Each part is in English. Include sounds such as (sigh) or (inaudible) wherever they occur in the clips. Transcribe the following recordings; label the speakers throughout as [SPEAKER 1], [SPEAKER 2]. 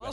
[SPEAKER 1] Wall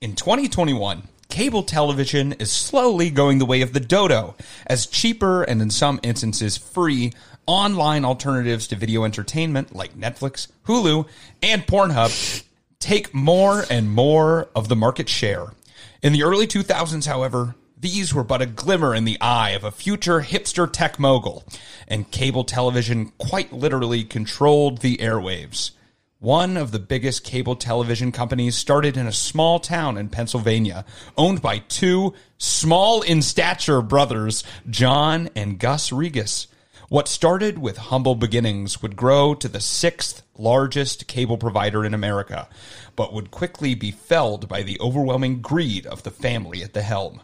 [SPEAKER 2] In 2021, cable television is slowly going the way of the dodo as cheaper and in some instances free online alternatives to video entertainment like Netflix, Hulu, and Pornhub take more and more of the market share. In the early 2000s, however, these were but a glimmer in the eye of a future hipster tech mogul, and cable television quite literally controlled the airwaves. One of the biggest cable television companies started in a small town in Pennsylvania, owned by two small in stature brothers, John and Gus Regas. What started with humble beginnings would grow to the sixth largest cable provider in America, but would quickly be felled by the overwhelming greed of the family at the helm.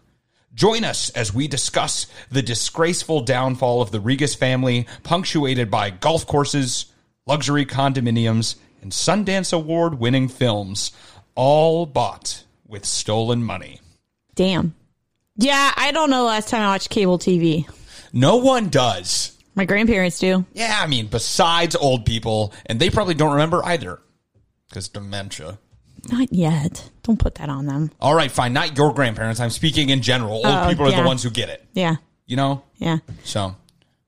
[SPEAKER 2] Join us as we discuss the disgraceful downfall of the Regas family, punctuated by golf courses, luxury condominiums, and Sundance Award winning films, all bought with stolen money.
[SPEAKER 3] Damn. Yeah, I don't know the last time I watched cable TV.
[SPEAKER 2] No one does.
[SPEAKER 3] My grandparents do.
[SPEAKER 2] Yeah, I mean, besides old people, and they probably don't remember either because dementia.
[SPEAKER 3] Not yet. Don't put that on them.
[SPEAKER 2] All right, fine. Not your grandparents. I'm speaking in general. Old people are
[SPEAKER 3] yeah.
[SPEAKER 2] the ones who get it,
[SPEAKER 3] Yeah.
[SPEAKER 2] you know?
[SPEAKER 3] Yeah.
[SPEAKER 2] So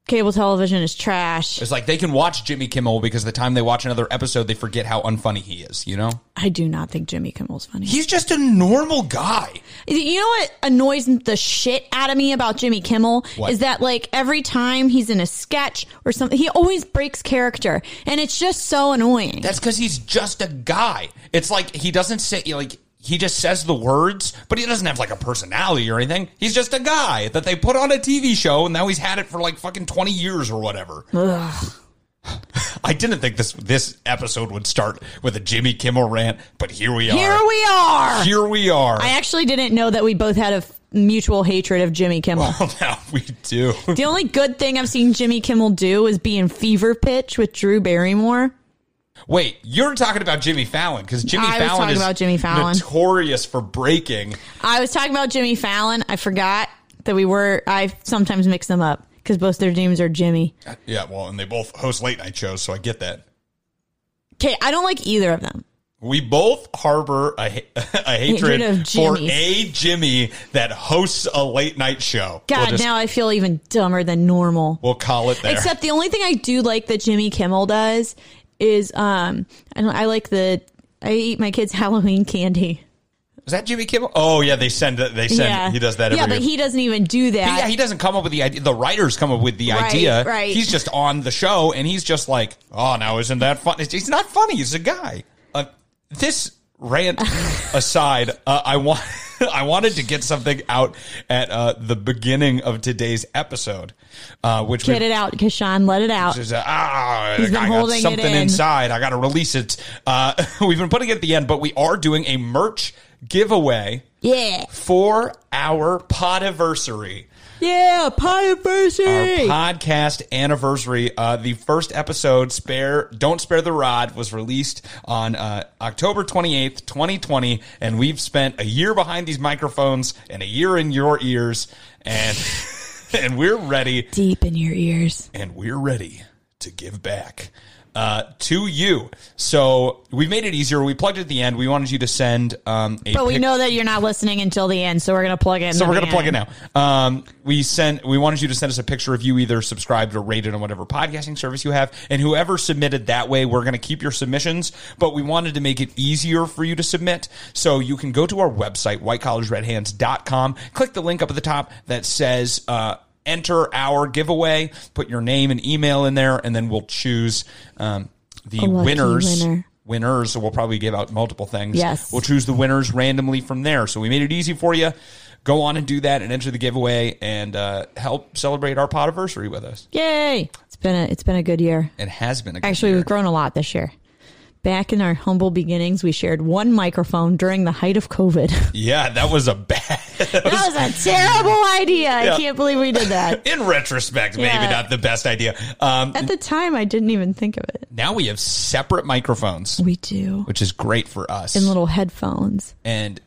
[SPEAKER 3] Cable television is trash.
[SPEAKER 2] it's like they can watch Jimmy Kimmel because the time they watch another episode, they forget how unfunny he is, you know?
[SPEAKER 3] I do not think Jimmy Kimmel's funny.
[SPEAKER 2] He's just a normal guy.
[SPEAKER 3] You know what annoys the shit out of me about Jimmy Kimmel
[SPEAKER 2] What?
[SPEAKER 3] is that like every time he's in a sketch or something, he always breaks character, and it's just so annoying.
[SPEAKER 2] That's because he's just a guy. It's like he doesn't say like he just says the words, but he doesn't have like a personality or anything. He's just a guy that they put on a TV show, and now he's had it for like fucking twenty years or whatever. (laughs) I didn't think this this episode would start with a Jimmy Kimmel rant, but here we are.
[SPEAKER 3] Here we are.
[SPEAKER 2] Here we are.
[SPEAKER 3] I actually didn't know that we both had a f- mutual hatred of Jimmy Kimmel.
[SPEAKER 2] (laughs) now we do.
[SPEAKER 3] the only good thing I've seen Jimmy Kimmel do is be in Fever Pitch with Drew Barrymore.
[SPEAKER 2] Wait, you're talking about Jimmy Fallon because Jimmy
[SPEAKER 3] I was
[SPEAKER 2] Fallon
[SPEAKER 3] talking
[SPEAKER 2] is
[SPEAKER 3] about Jimmy Fallon.
[SPEAKER 2] notorious for breaking.
[SPEAKER 3] I was talking about Jimmy Fallon. I forgot that we were. I sometimes mix them up because both their names are Jimmy.
[SPEAKER 2] Yeah, well, and they both host late night shows, so I get that.
[SPEAKER 3] Okay, I don't like either of them.
[SPEAKER 2] We both harbor a, ha- (laughs) a hatred
[SPEAKER 3] Hatred of
[SPEAKER 2] for
[SPEAKER 3] Jimmys.
[SPEAKER 2] a Jimmy that hosts a late night show.
[SPEAKER 3] God,
[SPEAKER 2] we'll just-
[SPEAKER 3] now I feel even dumber than normal.
[SPEAKER 2] we'll call it there.
[SPEAKER 3] Except the only thing I do like that Jimmy Kimmel does is um, I, don't, I like the I eat my kids (laughs) Halloween candy.
[SPEAKER 2] is that Jimmy Kimmel? Oh yeah, they send it. They send.
[SPEAKER 3] yeah,
[SPEAKER 2] He does that. Every
[SPEAKER 3] yeah, but he doesn't even do that.
[SPEAKER 2] yeah, he doesn't come up with the idea. The writers come up with the
[SPEAKER 3] Right,
[SPEAKER 2] idea.
[SPEAKER 3] right.
[SPEAKER 2] He's just on the show, and he's just like, "Oh, now isn't that funny?" He's not funny. He's a guy. Uh, this
[SPEAKER 3] (laughs)
[SPEAKER 2] rant aside, uh, I want (laughs) I wanted to get something out at uh, the beginning of today's episode, uh, which we
[SPEAKER 3] Get it out, Kashan. Let it out.
[SPEAKER 2] There's a, ah,
[SPEAKER 3] He's been
[SPEAKER 2] I got
[SPEAKER 3] holding it
[SPEAKER 2] something
[SPEAKER 3] in.
[SPEAKER 2] inside. I got to release it. Uh, (laughs) we've been putting it at the end, but we are doing a merch giveaway
[SPEAKER 3] Yeah,
[SPEAKER 2] for our podiversary,
[SPEAKER 3] yeah. Pie
[SPEAKER 2] our
[SPEAKER 3] anniversary.
[SPEAKER 2] podcast anniversary. Uh, the first episode, spare don't spare the rod, was released on uh, October 28th, 2020, and we've spent a year behind these microphones and a year in your ears, and (laughs) and we're ready
[SPEAKER 3] Deep in your ears.
[SPEAKER 2] and we're ready to give back uh, to you. So we made it easier. We plugged it at the end. We wanted you to send um, a.
[SPEAKER 3] But we
[SPEAKER 2] pic-
[SPEAKER 3] know that you're not listening until the end, so we're gonna plug it. In
[SPEAKER 2] So
[SPEAKER 3] the
[SPEAKER 2] we're gonna
[SPEAKER 3] van.
[SPEAKER 2] plug it now. Um, we sent. We wanted you to send us a picture of you either subscribed or rated on whatever podcasting service you have, and whoever submitted that way, we're gonna keep your submissions. But we wanted to make it easier for you to submit, so you can go to our website whitecollarsredhands.com, click the link up at the top that says. Uh, enter our giveaway, put your name and email in there, and then we'll choose um, the
[SPEAKER 3] lucky
[SPEAKER 2] winners.
[SPEAKER 3] winner.
[SPEAKER 2] Winners, so we'll probably give out multiple things.
[SPEAKER 3] Yes.
[SPEAKER 2] We'll choose the winners randomly from there. So we made it easy for you. Go on and do that and enter the giveaway and uh, help celebrate our podiversary with us.
[SPEAKER 3] Yay! It's been a it's been a good year.
[SPEAKER 2] It has been a good
[SPEAKER 3] Actually,
[SPEAKER 2] year.
[SPEAKER 3] we've grown a lot this year Back in our humble beginnings, we shared one microphone during the height
[SPEAKER 2] (laughs)
[SPEAKER 3] of COVID.
[SPEAKER 2] Yeah, that was a bad. (laughs)
[SPEAKER 3] that was a terrible idea.
[SPEAKER 2] Yeah.
[SPEAKER 3] I can't believe we did
[SPEAKER 2] (laughs)
[SPEAKER 3] that.
[SPEAKER 2] in retrospect, maybe
[SPEAKER 3] Yeah.
[SPEAKER 2] not the best idea. Um,
[SPEAKER 3] At the time, I didn't even think of it.
[SPEAKER 2] now we have separate microphones,
[SPEAKER 3] We do.
[SPEAKER 2] which is great for us.
[SPEAKER 3] And little headphones.
[SPEAKER 2] and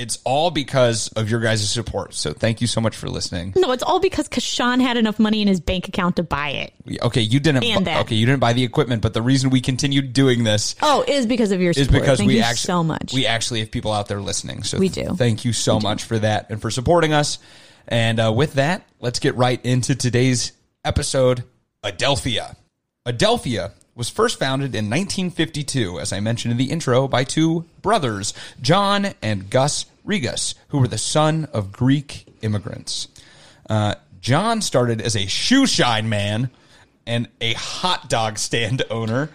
[SPEAKER 2] it's all because of your guys' support. So thank you so much for listening.
[SPEAKER 3] No, it's all because Kashan had enough money in his bank account to buy it.
[SPEAKER 2] We- Okay, you didn't.
[SPEAKER 3] And
[SPEAKER 2] bu-
[SPEAKER 3] that.
[SPEAKER 2] okay, you didn't buy the equipment, but the reason we continued doing this
[SPEAKER 3] Oh, it is because of your
[SPEAKER 2] is
[SPEAKER 3] support.
[SPEAKER 2] because
[SPEAKER 3] Thank
[SPEAKER 2] we
[SPEAKER 3] you
[SPEAKER 2] actually
[SPEAKER 3] so much.
[SPEAKER 2] we actually have people out there listening. So
[SPEAKER 3] We
[SPEAKER 2] th-
[SPEAKER 3] do.
[SPEAKER 2] Thank you so much for that and for supporting us. And uh, with that, let's get right into today's episode. Adelphia. Adelphia was first founded in 1952, as I mentioned in the intro, by two brothers, John and Gus Regas, who were the son of Greek immigrants. Uh, John started as a shoe shine man and a hot dog stand owner.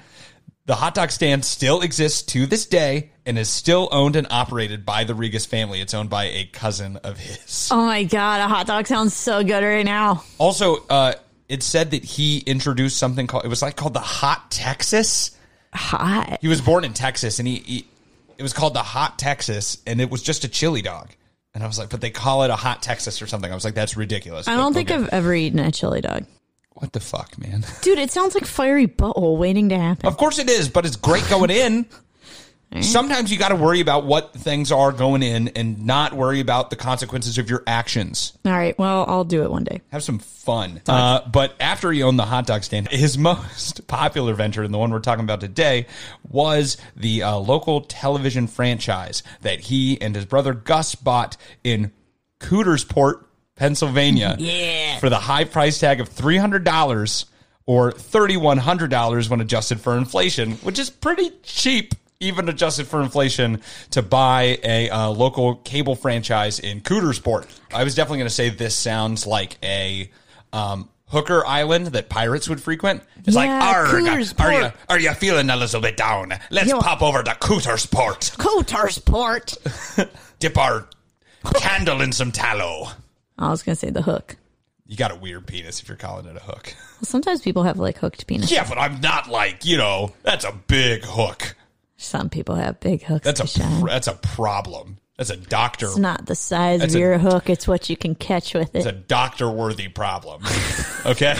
[SPEAKER 2] The hot dog stand still exists to this day and is still owned and operated by the Regas family. It's owned by a cousin of his.
[SPEAKER 3] oh my God, a hot dog sounds so good right now.
[SPEAKER 2] Also, uh, it said that he introduced something called it was like called the Hot Texas.
[SPEAKER 3] Hot.
[SPEAKER 2] He was born in Texas, and he, he it was called the Hot Texas, and it was just a chili dog. And I was like, but they call it a Hot Texas or something. I was like, that's ridiculous.
[SPEAKER 3] I
[SPEAKER 2] But
[SPEAKER 3] don't think
[SPEAKER 2] okay.
[SPEAKER 3] I've ever eaten a chili dog.
[SPEAKER 2] What the fuck, man? (laughs)
[SPEAKER 3] Dude, it sounds like fiery butthole waiting to happen.
[SPEAKER 2] Of course it is, but it's great going in. Sometimes you got to worry about what things are going in and not worry about the consequences of your actions.
[SPEAKER 3] All right, well, I'll do it one day.
[SPEAKER 2] Have some fun. Uh, but after he owned the hot dog stand, (laughs) his most popular venture, and the one we're talking about today, was the uh, local television franchise that he and his brother Gus bought in Cootersport, Pennsylvania.
[SPEAKER 3] Yeah.
[SPEAKER 2] For the high price tag of $300 or $3,100 when adjusted for inflation, which is pretty cheap. Even adjusted for inflation, to buy a uh, local cable franchise in Cootersport. I was definitely going to say this sounds like a um, hooker island that pirates would frequent. It's like,
[SPEAKER 3] Yeah,
[SPEAKER 2] "Arg, are you
[SPEAKER 3] Cootersport."
[SPEAKER 2] are you feeling a little bit down? Let's
[SPEAKER 3] Yo.
[SPEAKER 2] pop over to Cootersport,
[SPEAKER 3] Cotersport.
[SPEAKER 2] dip our candle in some tallow."
[SPEAKER 3] I was going to say the hook.
[SPEAKER 2] You got a weird penis if you're calling it a hook.
[SPEAKER 3] Well, sometimes people have like hooked penis.
[SPEAKER 2] Yeah, but I'm not like you know. That's a big hook.
[SPEAKER 3] Some people have big hooks.
[SPEAKER 2] That's
[SPEAKER 3] to
[SPEAKER 2] a
[SPEAKER 3] shine.
[SPEAKER 2] pr- that's a problem. That's a doctor.
[SPEAKER 3] It's not the size
[SPEAKER 2] That's
[SPEAKER 3] of
[SPEAKER 2] a-
[SPEAKER 3] your hook, it's what you can catch with
[SPEAKER 2] It's a
[SPEAKER 3] it.
[SPEAKER 2] doctor worthy problem. Okay.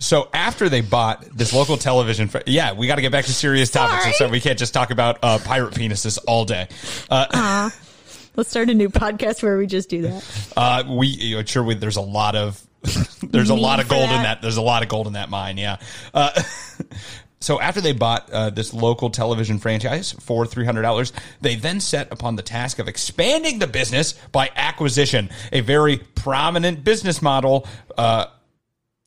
[SPEAKER 2] So after they bought this local television, fr- yeah, we got to get back to serious topics, and so
[SPEAKER 3] Sorry.
[SPEAKER 2] we can't just talk about uh, pirate penises all day. Uh,
[SPEAKER 3] Let's start a new podcast where we just do that.
[SPEAKER 2] Uh, we you know, sure we, there's a lot of (laughs) there's a
[SPEAKER 3] Need
[SPEAKER 2] lot of
[SPEAKER 3] for
[SPEAKER 2] gold in
[SPEAKER 3] that.
[SPEAKER 2] that. There's a lot of gold in that mine. Yeah. Uh, (laughs) so after they bought uh, this local television franchise for three hundred dollars, they then set upon the task of expanding the business by acquisition, a very prominent business model. Uh,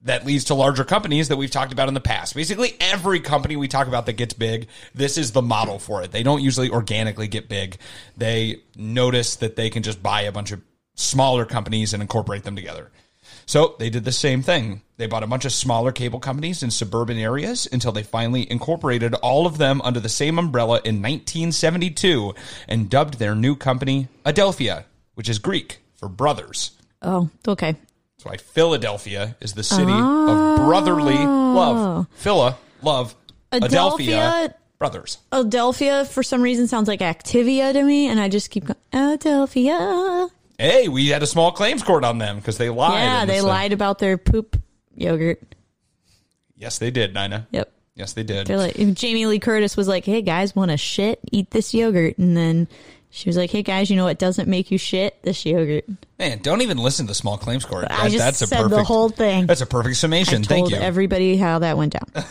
[SPEAKER 2] that leads to larger companies that we've talked about in the past. Basically, every company we talk about that gets big, this is the model for it. They don't usually organically get big. They notice that they can just buy a bunch of smaller companies and incorporate them together. So they did the same thing. They bought a bunch of smaller cable companies in suburban areas until they finally incorporated all of them under the same umbrella in 1972 and dubbed their new company Adelphia, which is Greek for brothers.
[SPEAKER 3] Oh, okay.
[SPEAKER 2] That's why Philadelphia is the city of brotherly love. Phila, love. Adelphia,
[SPEAKER 3] Oh. Adelphia-
[SPEAKER 2] brothers.
[SPEAKER 3] Adelphia, for some reason, sounds like Activia to me, and I just keep going, Adelphia.
[SPEAKER 2] Hey, we had a small claims court on them because they lied.
[SPEAKER 3] Yeah,
[SPEAKER 2] in
[SPEAKER 3] they
[SPEAKER 2] this thing.
[SPEAKER 3] lied about their poop yogurt.
[SPEAKER 2] Yes, they did, Nina.
[SPEAKER 3] Yep.
[SPEAKER 2] Yes, they did.
[SPEAKER 3] They're like, if Jamie Lee Curtis was like, hey guys, want to shit? Eat this yogurt. And then she was like, hey guys, you know what doesn't make you shit? This yogurt.
[SPEAKER 2] Man, don't even listen to the small claims court.
[SPEAKER 3] I just
[SPEAKER 2] that's a
[SPEAKER 3] said the
[SPEAKER 2] perfect,
[SPEAKER 3] whole thing.
[SPEAKER 2] That's a perfect summation.
[SPEAKER 3] I
[SPEAKER 2] Thank
[SPEAKER 3] told
[SPEAKER 2] you.
[SPEAKER 3] everybody how that
[SPEAKER 2] (laughs)
[SPEAKER 3] went down.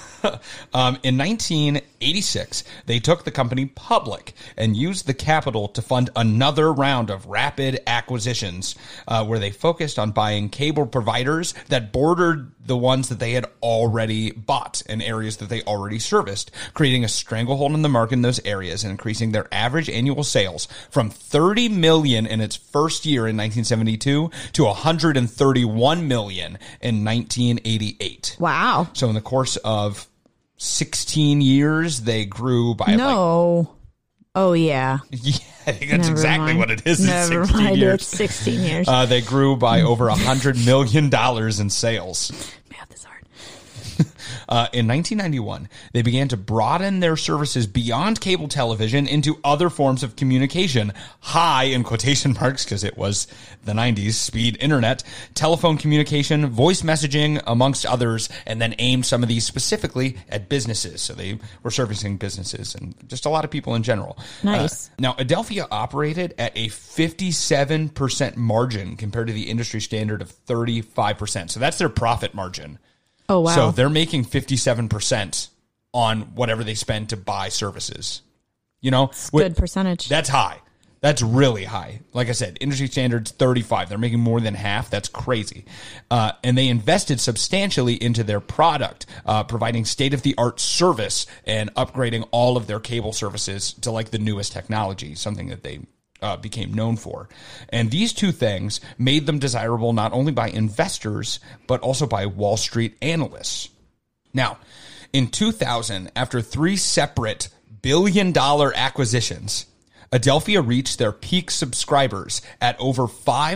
[SPEAKER 2] Um, in 1986, they took the company public and used the capital to fund another round of rapid acquisitions, uh, where they focused on buying cable providers that bordered the ones that they had already bought in areas that they already serviced, creating a stranglehold in the market in those areas and increasing their average annual sales from 30 million in its first year in 1972 to 131 million in 1988.
[SPEAKER 3] Wow.
[SPEAKER 2] So in the course of 16 years, they grew by like
[SPEAKER 3] No. oh, yeah.
[SPEAKER 2] (laughs) yeah, I think that's
[SPEAKER 3] Never
[SPEAKER 2] exactly
[SPEAKER 3] mind.
[SPEAKER 2] what it is. It's
[SPEAKER 3] Never
[SPEAKER 2] 16
[SPEAKER 3] mind. It's
[SPEAKER 2] years.
[SPEAKER 3] 16 years.
[SPEAKER 2] Uh, they grew by over a hundred million dollars in sales.
[SPEAKER 3] Math is hard.
[SPEAKER 2] Uh, in 1991, they began to broaden their services beyond cable television into other forms of communication. High in quotation (laughs) marks because it was the 90s speed internet, telephone communication, voice messaging, amongst others, and then aimed some of these specifically at businesses. So they were servicing businesses and just a lot of people in general.
[SPEAKER 3] Nice.
[SPEAKER 2] Uh, now, Adelphia operated at a 57% margin compared to the industry standard of 35%. So that's their profit margin.
[SPEAKER 3] Oh wow.
[SPEAKER 2] So they're making 57% on whatever they spend to buy services. You know, Wh-
[SPEAKER 3] good percentage.
[SPEAKER 2] That's high. That's really high. Like I said, industry standards 35. They're making more than half. That's crazy. Uh, and they invested substantially into their product, uh, providing state of the art service and upgrading all of their cable services to like the newest technology, something that they uh, became known for. And these two things made them desirable not only by investors, but also by Wall Street analysts. Now, in 2000, after three separate billion dollar acquisitions, Adelphia reached their peak subscribers at over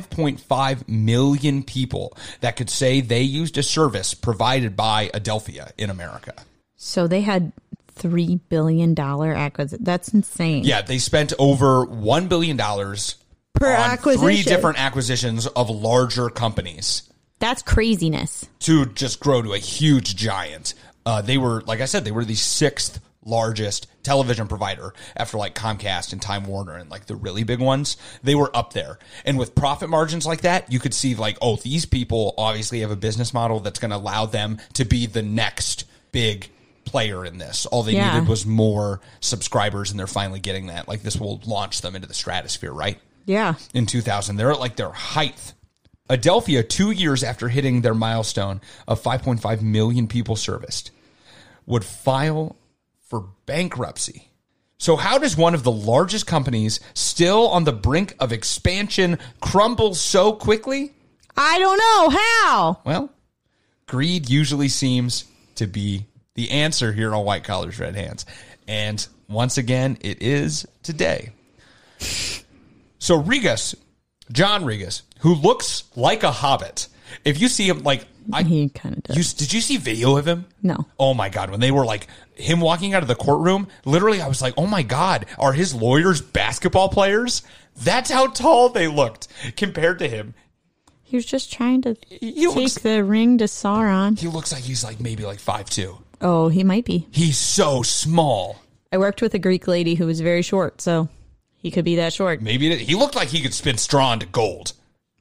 [SPEAKER 2] 5.5 million people that could say they used a service provided by Adelphia in America.
[SPEAKER 3] so they had three billion dollar acquisition. That's insane.
[SPEAKER 2] Yeah, they spent over $1 billion
[SPEAKER 3] per
[SPEAKER 2] on
[SPEAKER 3] acquisition.
[SPEAKER 2] three different acquisitions of larger companies.
[SPEAKER 3] That's craziness.
[SPEAKER 2] to just grow to a huge giant. Uh, they were, like I said, they were the sixth largest television provider after like Comcast and Time Warner and like the really big ones. They were up there. And with profit margins like that, you could see like, oh, these people obviously have a business model that's going to allow them to be the next big player in this. All they
[SPEAKER 3] Yeah.
[SPEAKER 2] needed was more subscribers and they're finally getting that. Like this will launch them into the stratosphere, right?
[SPEAKER 3] Yeah.
[SPEAKER 2] in 2000. They're at like their height. Adelphia, two years after hitting their milestone of 5.5 million people serviced, would file for bankruptcy. So, how does one of the largest companies still on the brink of expansion crumble so quickly?
[SPEAKER 3] I don't know how.
[SPEAKER 2] Well, greed usually seems to be the answer here on White Collars Red Hands. And once again, it is today. So Regas, John Regas, who looks like a hobbit. If you see him like I
[SPEAKER 3] He kind of does.
[SPEAKER 2] you, did you see video of him?
[SPEAKER 3] No.
[SPEAKER 2] Oh my god, when they were like him walking out of the courtroom, literally I was like, "Oh my god, are his lawyers basketball players?" That's how tall they looked compared to him.
[SPEAKER 3] he was just trying to
[SPEAKER 2] He
[SPEAKER 3] take
[SPEAKER 2] looks-
[SPEAKER 3] the ring to Sauron.
[SPEAKER 2] He looks like he's like maybe like five two.
[SPEAKER 3] Oh, he might be.
[SPEAKER 2] He's so small.
[SPEAKER 3] I worked with a Greek lady who was very short, so he could be that short.
[SPEAKER 2] Maybe it, he looked like he could spin straw into gold.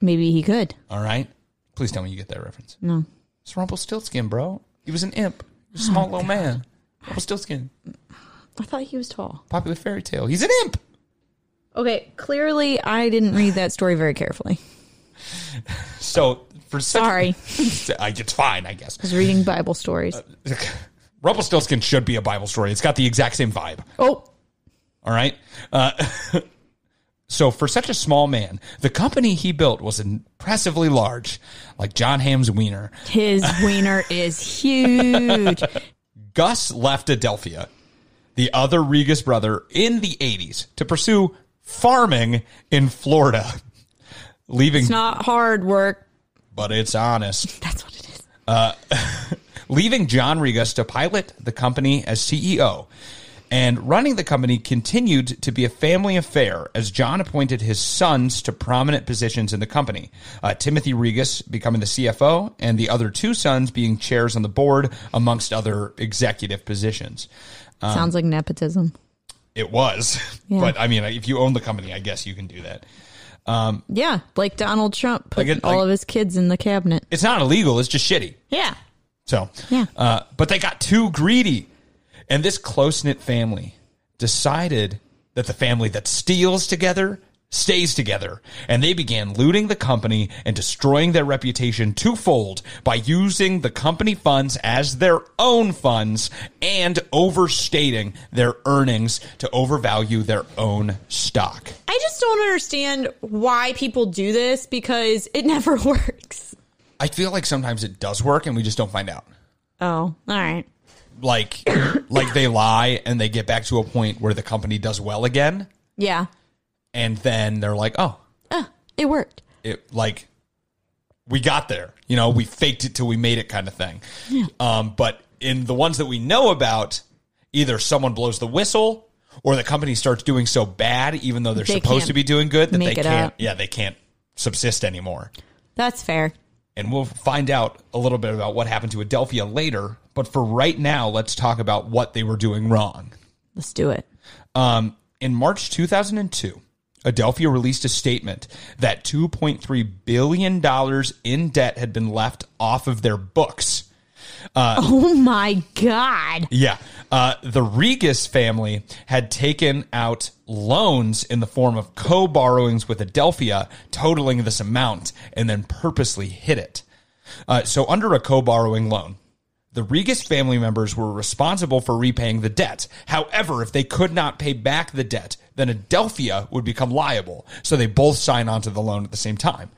[SPEAKER 3] Maybe he could.
[SPEAKER 2] All right. Please tell me you get that reference. No. It's Rumpelstiltskin, bro. He was an imp. He was a small little man. Rumpelstiltskin.
[SPEAKER 3] I thought he was tall.
[SPEAKER 2] Popular fairy tale. He's an imp.
[SPEAKER 3] Okay, clearly I didn't read that story very carefully.
[SPEAKER 2] So for such,
[SPEAKER 3] Sorry.
[SPEAKER 2] (laughs) I- it's fine, I guess.
[SPEAKER 3] I was reading Bible stories.
[SPEAKER 2] Uh, Rumpelstiltskin should be a Bible story. It's got the exact same vibe.
[SPEAKER 3] oh,
[SPEAKER 2] All right. Uh, (laughs) so, for such a small man, the company he built was impressively large, like John Ham's wiener.
[SPEAKER 3] his wiener is huge.
[SPEAKER 2] Gus left Adelphia, the other Regas brother, in the 80s to pursue farming in Florida, leaving,
[SPEAKER 3] It's not hard work.
[SPEAKER 2] but it's honest,
[SPEAKER 3] That's what it is.
[SPEAKER 2] leaving John Regas to pilot the company as CEO. And running the company continued to be a family affair as John appointed his sons to prominent positions in the company. Uh, Timothy Regas becoming the CFO, and the other two sons being chairs on the board, amongst other executive positions. Uh.
[SPEAKER 3] Sounds like nepotism.
[SPEAKER 2] It was.
[SPEAKER 3] Yeah.
[SPEAKER 2] But I mean, if you own the company, I guess you can do that.
[SPEAKER 3] Yeah, like Donald Trump put
[SPEAKER 2] Like it-
[SPEAKER 3] all
[SPEAKER 2] like-
[SPEAKER 3] of his kids in the cabinet.
[SPEAKER 2] It's not illegal, it's just shitty.
[SPEAKER 3] Yeah.
[SPEAKER 2] So,
[SPEAKER 3] Yeah.
[SPEAKER 2] uh, but they got too greedy. And this close knit family decided that the family that steals together stays together. And they began looting the company and destroying their reputation twofold by using the company funds as their own funds and overstating their earnings to overvalue their own stock.
[SPEAKER 3] I just don't understand why people do this because it (laughs) never works.
[SPEAKER 2] I feel like sometimes it does work and we just don't find out.
[SPEAKER 3] Oh, all right.
[SPEAKER 2] Like (coughs) like they lie and they get back to a point where the company does well again
[SPEAKER 3] Yeah.
[SPEAKER 2] and then they're like, "Oh,
[SPEAKER 3] It worked.
[SPEAKER 2] it like we got there. You know, we faked it till we made it kind of thing. Um, but in the ones that we know about, either someone blows the whistle or the company starts doing so bad, even though they're
[SPEAKER 3] They
[SPEAKER 2] supposed
[SPEAKER 3] can't
[SPEAKER 2] to be doing good, that they
[SPEAKER 3] make it
[SPEAKER 2] can't.
[SPEAKER 3] up.
[SPEAKER 2] Yeah, they can't subsist anymore.
[SPEAKER 3] That's fair.
[SPEAKER 2] And we'll find out a little bit about what happened to Adelphia later. But for right now, let's talk about what they were doing wrong.
[SPEAKER 3] Let's do it. (laughs)
[SPEAKER 2] Um, in March 2002, Adelphia released a statement that $2.3 billion in debt had been left off of their books.
[SPEAKER 3] Oh my god.
[SPEAKER 2] Yeah. Uh, the Regis family had taken out loans in the form of co borrowings with Adelphia, totaling this amount, and then purposely hid it. Uh, so, under a co borrowing loan, the Regis family members were responsible for repaying the debt. However, if they could not pay back the debt, then Adelphia would become liable. So they both sign onto the loan at the same time.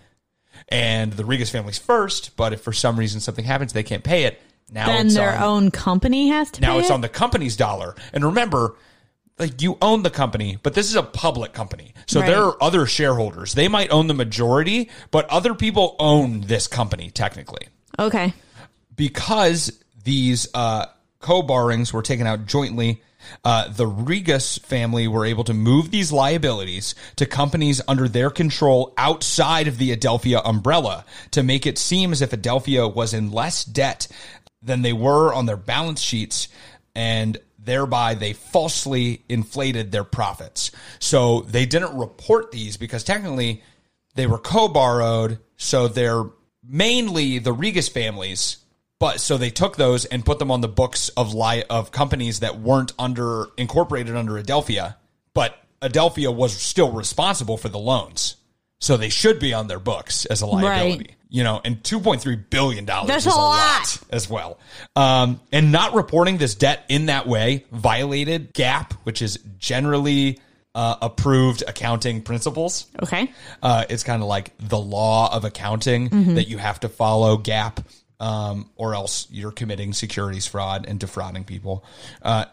[SPEAKER 2] And the Regis family's first, but if for some reason something happens, they can't pay it. Now
[SPEAKER 3] Then
[SPEAKER 2] it's um,
[SPEAKER 3] their
[SPEAKER 2] on-
[SPEAKER 3] own company has to
[SPEAKER 2] now
[SPEAKER 3] pay
[SPEAKER 2] it's
[SPEAKER 3] it?
[SPEAKER 2] on the company's dollar. And remember, like you own the company, but this is a public company. So
[SPEAKER 3] Right.
[SPEAKER 2] there are other shareholders. They might own the majority, but other people own this company technically.
[SPEAKER 3] Okay.
[SPEAKER 2] Because these uh, co borrowings were taken out jointly, uh, the Regas family were able to move these liabilities to companies under their control outside of the Adelphia umbrella to make it seem as if Adelphia was in less debt than they were on their balance sheets and thereby they falsely inflated their profits. So they didn't report these because technically they were co-borrowed, so they're mainly the Regis families. But so they took those and put them on the books of li- of companies that weren't under incorporated under Adelphia, but Adelphia was still responsible for the loans. So they should be on their books as a liability. You know, and two point three billion dollars
[SPEAKER 3] That's
[SPEAKER 2] is
[SPEAKER 3] a
[SPEAKER 2] a lot
[SPEAKER 3] lot.
[SPEAKER 2] as well. Um, and not reporting this debt in that way violated GAP, which is generally uh, approved accounting principles.
[SPEAKER 3] Okay.
[SPEAKER 2] Uh, it's kind of like the law of accounting that you have to follow GAP, um, or else you're committing securities fraud and defrauding people. Uh,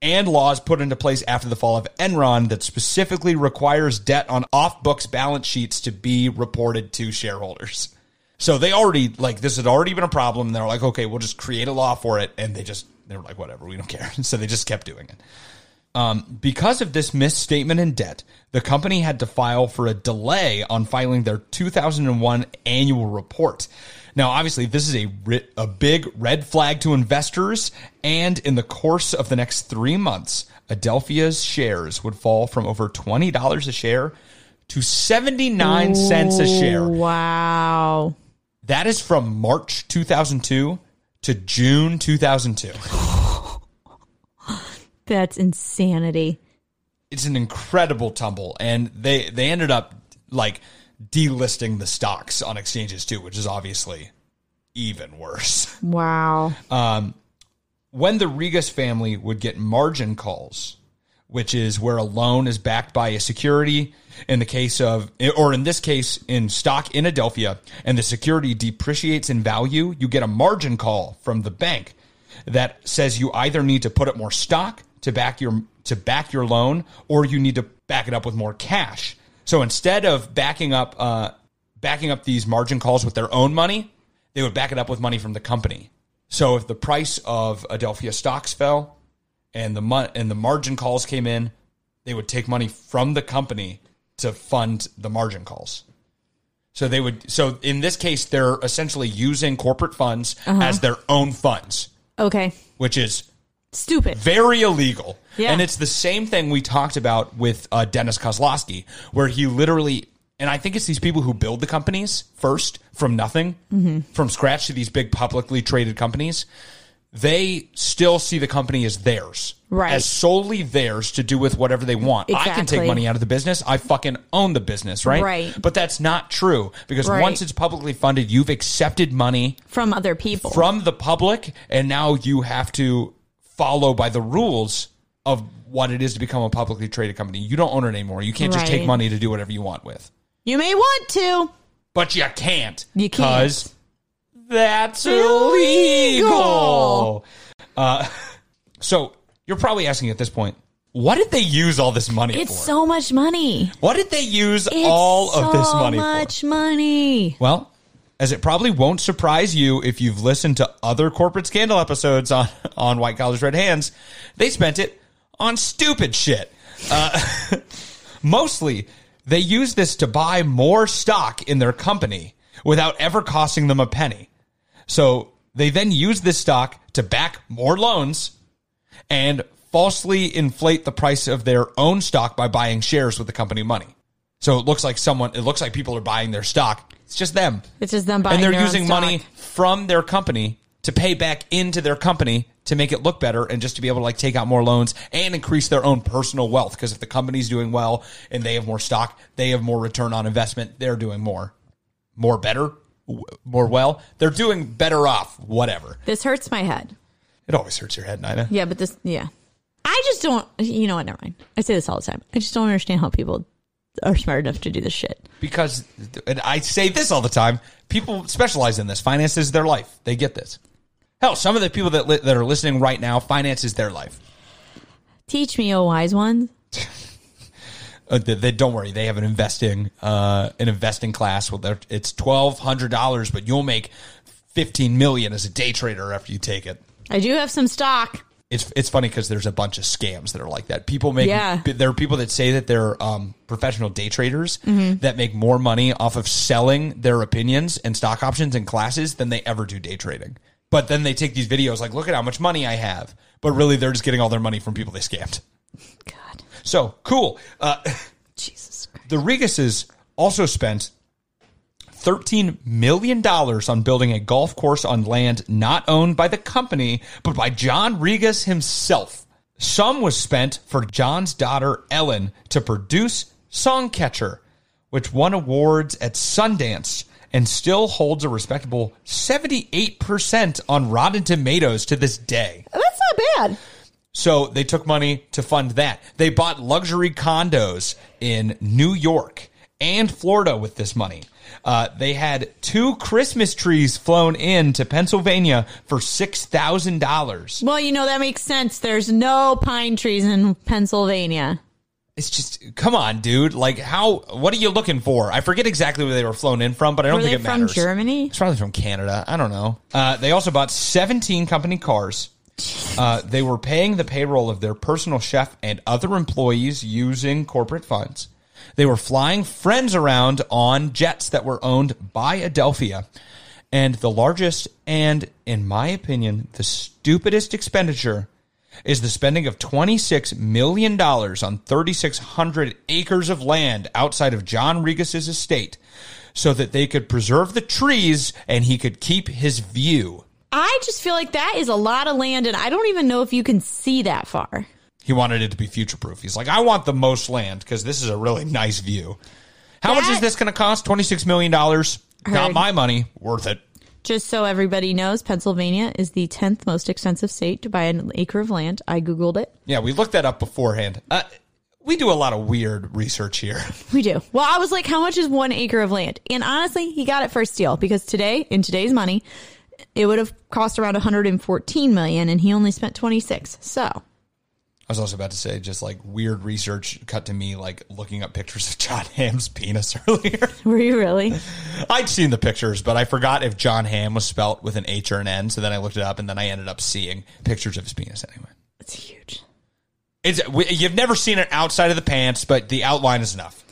[SPEAKER 2] and laws put into place after the fall of Enron that specifically requires debt on off books balance sheets to be reported to shareholders. So they already like this had already been a problem. They're like, okay, we'll just create a law for it, and they just they were like, whatever, we don't care. (laughs) So they just kept doing it. Because of this misstatement in debt, the company had to file for a delay on filing their 2001 annual report. Now, obviously, this is a, ri- a big red flag to investors, and in the course of the next three months, Adelphia's shares would fall from over $20 a share to 79 cents a share.
[SPEAKER 3] Wow.
[SPEAKER 2] That is from March 2002 to June 2002.
[SPEAKER 3] That's insanity.
[SPEAKER 2] it's an incredible tumble and they they ended up like delisting the stocks on exchanges too which is obviously even worse
[SPEAKER 3] Wow.
[SPEAKER 2] Uh, when the Regas family would get margin calls, which is where a loan is backed by a security in the case of, or in this case, in stock in Adelphia, and the security depreciates in value, you get a margin call from the bank that says you either need to put up more stock to back your to back your loan, or you need to back it up with more cash. So instead of backing up uh, backing up these margin calls with their own money, they would back it up with money from the company. So if the price of Adelphia stocks fell and the mon- and the margin calls came in, they would take money from the company to fund the margin calls. So they would so in this case they're essentially using corporate funds as their own funds,
[SPEAKER 3] Okay.
[SPEAKER 2] which is
[SPEAKER 3] Stupid.
[SPEAKER 2] very illegal.
[SPEAKER 3] Yeah.
[SPEAKER 2] And it's the same thing we talked about with uh, Dennis Kozlowski, where he literally, and I think it's these people who build the companies first from nothing,
[SPEAKER 3] Mm-hmm.
[SPEAKER 2] from scratch to these big publicly traded companies. They still see the company as theirs,
[SPEAKER 3] Right.
[SPEAKER 2] As solely theirs to do with whatever they want. I can take
[SPEAKER 3] Exactly.
[SPEAKER 2] money out of the business. I fucking own the business, right?
[SPEAKER 3] Right.
[SPEAKER 2] But that's not true because
[SPEAKER 3] Right.
[SPEAKER 2] once it's publicly funded, you've accepted money
[SPEAKER 3] From other people.
[SPEAKER 2] from the public, and now you have to follow by the rules of what it is to become a publicly traded company. You don't own it anymore. You can't just take
[SPEAKER 3] Right.
[SPEAKER 2] money to do whatever you want with,
[SPEAKER 3] you may want to.
[SPEAKER 2] but you can't.
[SPEAKER 3] You can't.
[SPEAKER 2] 'cause that's illegal. Uh, (laughs) so you're probably asking at this point, what did they use all this money
[SPEAKER 3] It's
[SPEAKER 2] for?
[SPEAKER 3] so much money.
[SPEAKER 2] what did they use
[SPEAKER 3] It's
[SPEAKER 2] all of this
[SPEAKER 3] so
[SPEAKER 2] money for?
[SPEAKER 3] much money.
[SPEAKER 2] Well, as it probably won't surprise you if you've listened to other corporate scandal episodes on, (laughs) on White Collars Red Hands, they spent it on stupid shit. Uh, (laughs) mostly, they used this to buy more stock in their company without ever costing them a penny. So they then used this stock to back more loans and falsely inflate the price of their own stock by buying shares with the company money. So it looks like someone, it looks like people are buying their stock. It's just them.
[SPEAKER 3] It's just them buying
[SPEAKER 2] And they're
[SPEAKER 3] their own
[SPEAKER 2] using
[SPEAKER 3] stock.
[SPEAKER 2] money from their company to pay back into their company to make it look better and just to be able to like take out more loans and increase their own personal wealth. Because if the company's doing well and they have more stock, they have more return on investment. They're doing more, more better, w- more well. They're doing better off, whatever.
[SPEAKER 3] This hurts my head.
[SPEAKER 2] It always hurts your head, Nina.
[SPEAKER 3] Yeah, but this, yeah. I just don't, you know what? Never mind. I say this all the time. I just don't understand how people are smart enough to do this shit.
[SPEAKER 2] because and I say this all the time. People specialize in this. Finance is their life. They get this. Hell, some of the people that li- that are listening right now, finance is their life.
[SPEAKER 3] Teach me, oh wise ones.
[SPEAKER 2] Uh, they, they- don't worry, they have an investing uh, an investing class. Well, they're- it's twelve hundred dollars, but you'll make fifteen million as a day trader after you take it.
[SPEAKER 3] I do have some stock.
[SPEAKER 2] it's it's funny because there's a bunch of scams that are like that. People make
[SPEAKER 3] Yeah.
[SPEAKER 2] there are people that say that they're um, professional day traders that make more money off of selling their opinions and stock options and classes than they ever do day trading. But then they take these videos like, look at how much money I have. But really, they're just getting all their money from people they scammed.
[SPEAKER 3] God,
[SPEAKER 2] So cool. Uh,
[SPEAKER 3] Jesus Christ.
[SPEAKER 2] the Reguses also spent $13 million on building a golf course on land not owned by the company, but by John Regas himself. Some was spent for John's daughter, Ellen, to produce Songcatcher, which won awards at Sundance and still holds a respectable 78% on Rotten Tomatoes to this day.
[SPEAKER 3] That's not bad.
[SPEAKER 2] So they took money to fund that. They bought luxury condos in New York and Florida with this money. Uh, they had two Christmas trees flown in to Pennsylvania for six thousand dollars.
[SPEAKER 3] Well, you know, that makes sense. There's no pine trees in Pennsylvania.
[SPEAKER 2] It's just, come on, dude! Like, how? What are you looking for? I forget exactly where they were flown in from, but I don't
[SPEAKER 3] Were
[SPEAKER 2] think
[SPEAKER 3] they
[SPEAKER 2] it
[SPEAKER 3] from
[SPEAKER 2] matters.
[SPEAKER 3] Germany?
[SPEAKER 2] It's probably from Canada. I don't know. Uh, they also bought 17 company cars. Uh, they were paying the payroll of their personal chef and other employees using corporate funds. They were flying friends around on jets that were owned by Adelphia. And the largest, and in my opinion, the stupidest expenditure is the spending of $26 million on 3,600 acres of land outside of John Regas's estate so that they could preserve the trees and he could keep his view.
[SPEAKER 3] I just feel like that is a lot of land, and I don't even know if you can see that far.
[SPEAKER 2] He wanted it to be future proof. He's like, I want the most land because this is a really nice view. How much
[SPEAKER 3] That-
[SPEAKER 2] is this going to cost? $26 million. Not
[SPEAKER 3] Heard.
[SPEAKER 2] my money. Worth it.
[SPEAKER 3] Just so everybody knows, Pennsylvania is the 10th most expensive state to buy an acre of land. I Googled it.
[SPEAKER 2] Yeah, we looked that up beforehand. Uh, we do a lot of weird research here. (laughs)
[SPEAKER 3] We do. Well, I was like, how much is one acre of land? And honestly, he got it for a steal because today, in today's money, it would have cost around 114 million and he only spent 26. So (laughs)
[SPEAKER 2] I was also about to say, just like weird research cut to me, like looking up pictures of John Hamm's penis (laughs) earlier.
[SPEAKER 3] were you really?
[SPEAKER 2] I'd seen the pictures, but I forgot if John Ham was spelt with an H or an N. So then I looked it up, and then I ended up seeing pictures of his penis anyway.
[SPEAKER 3] It's huge.
[SPEAKER 2] It's we- you've never seen it outside of the pants, but the outline is enough.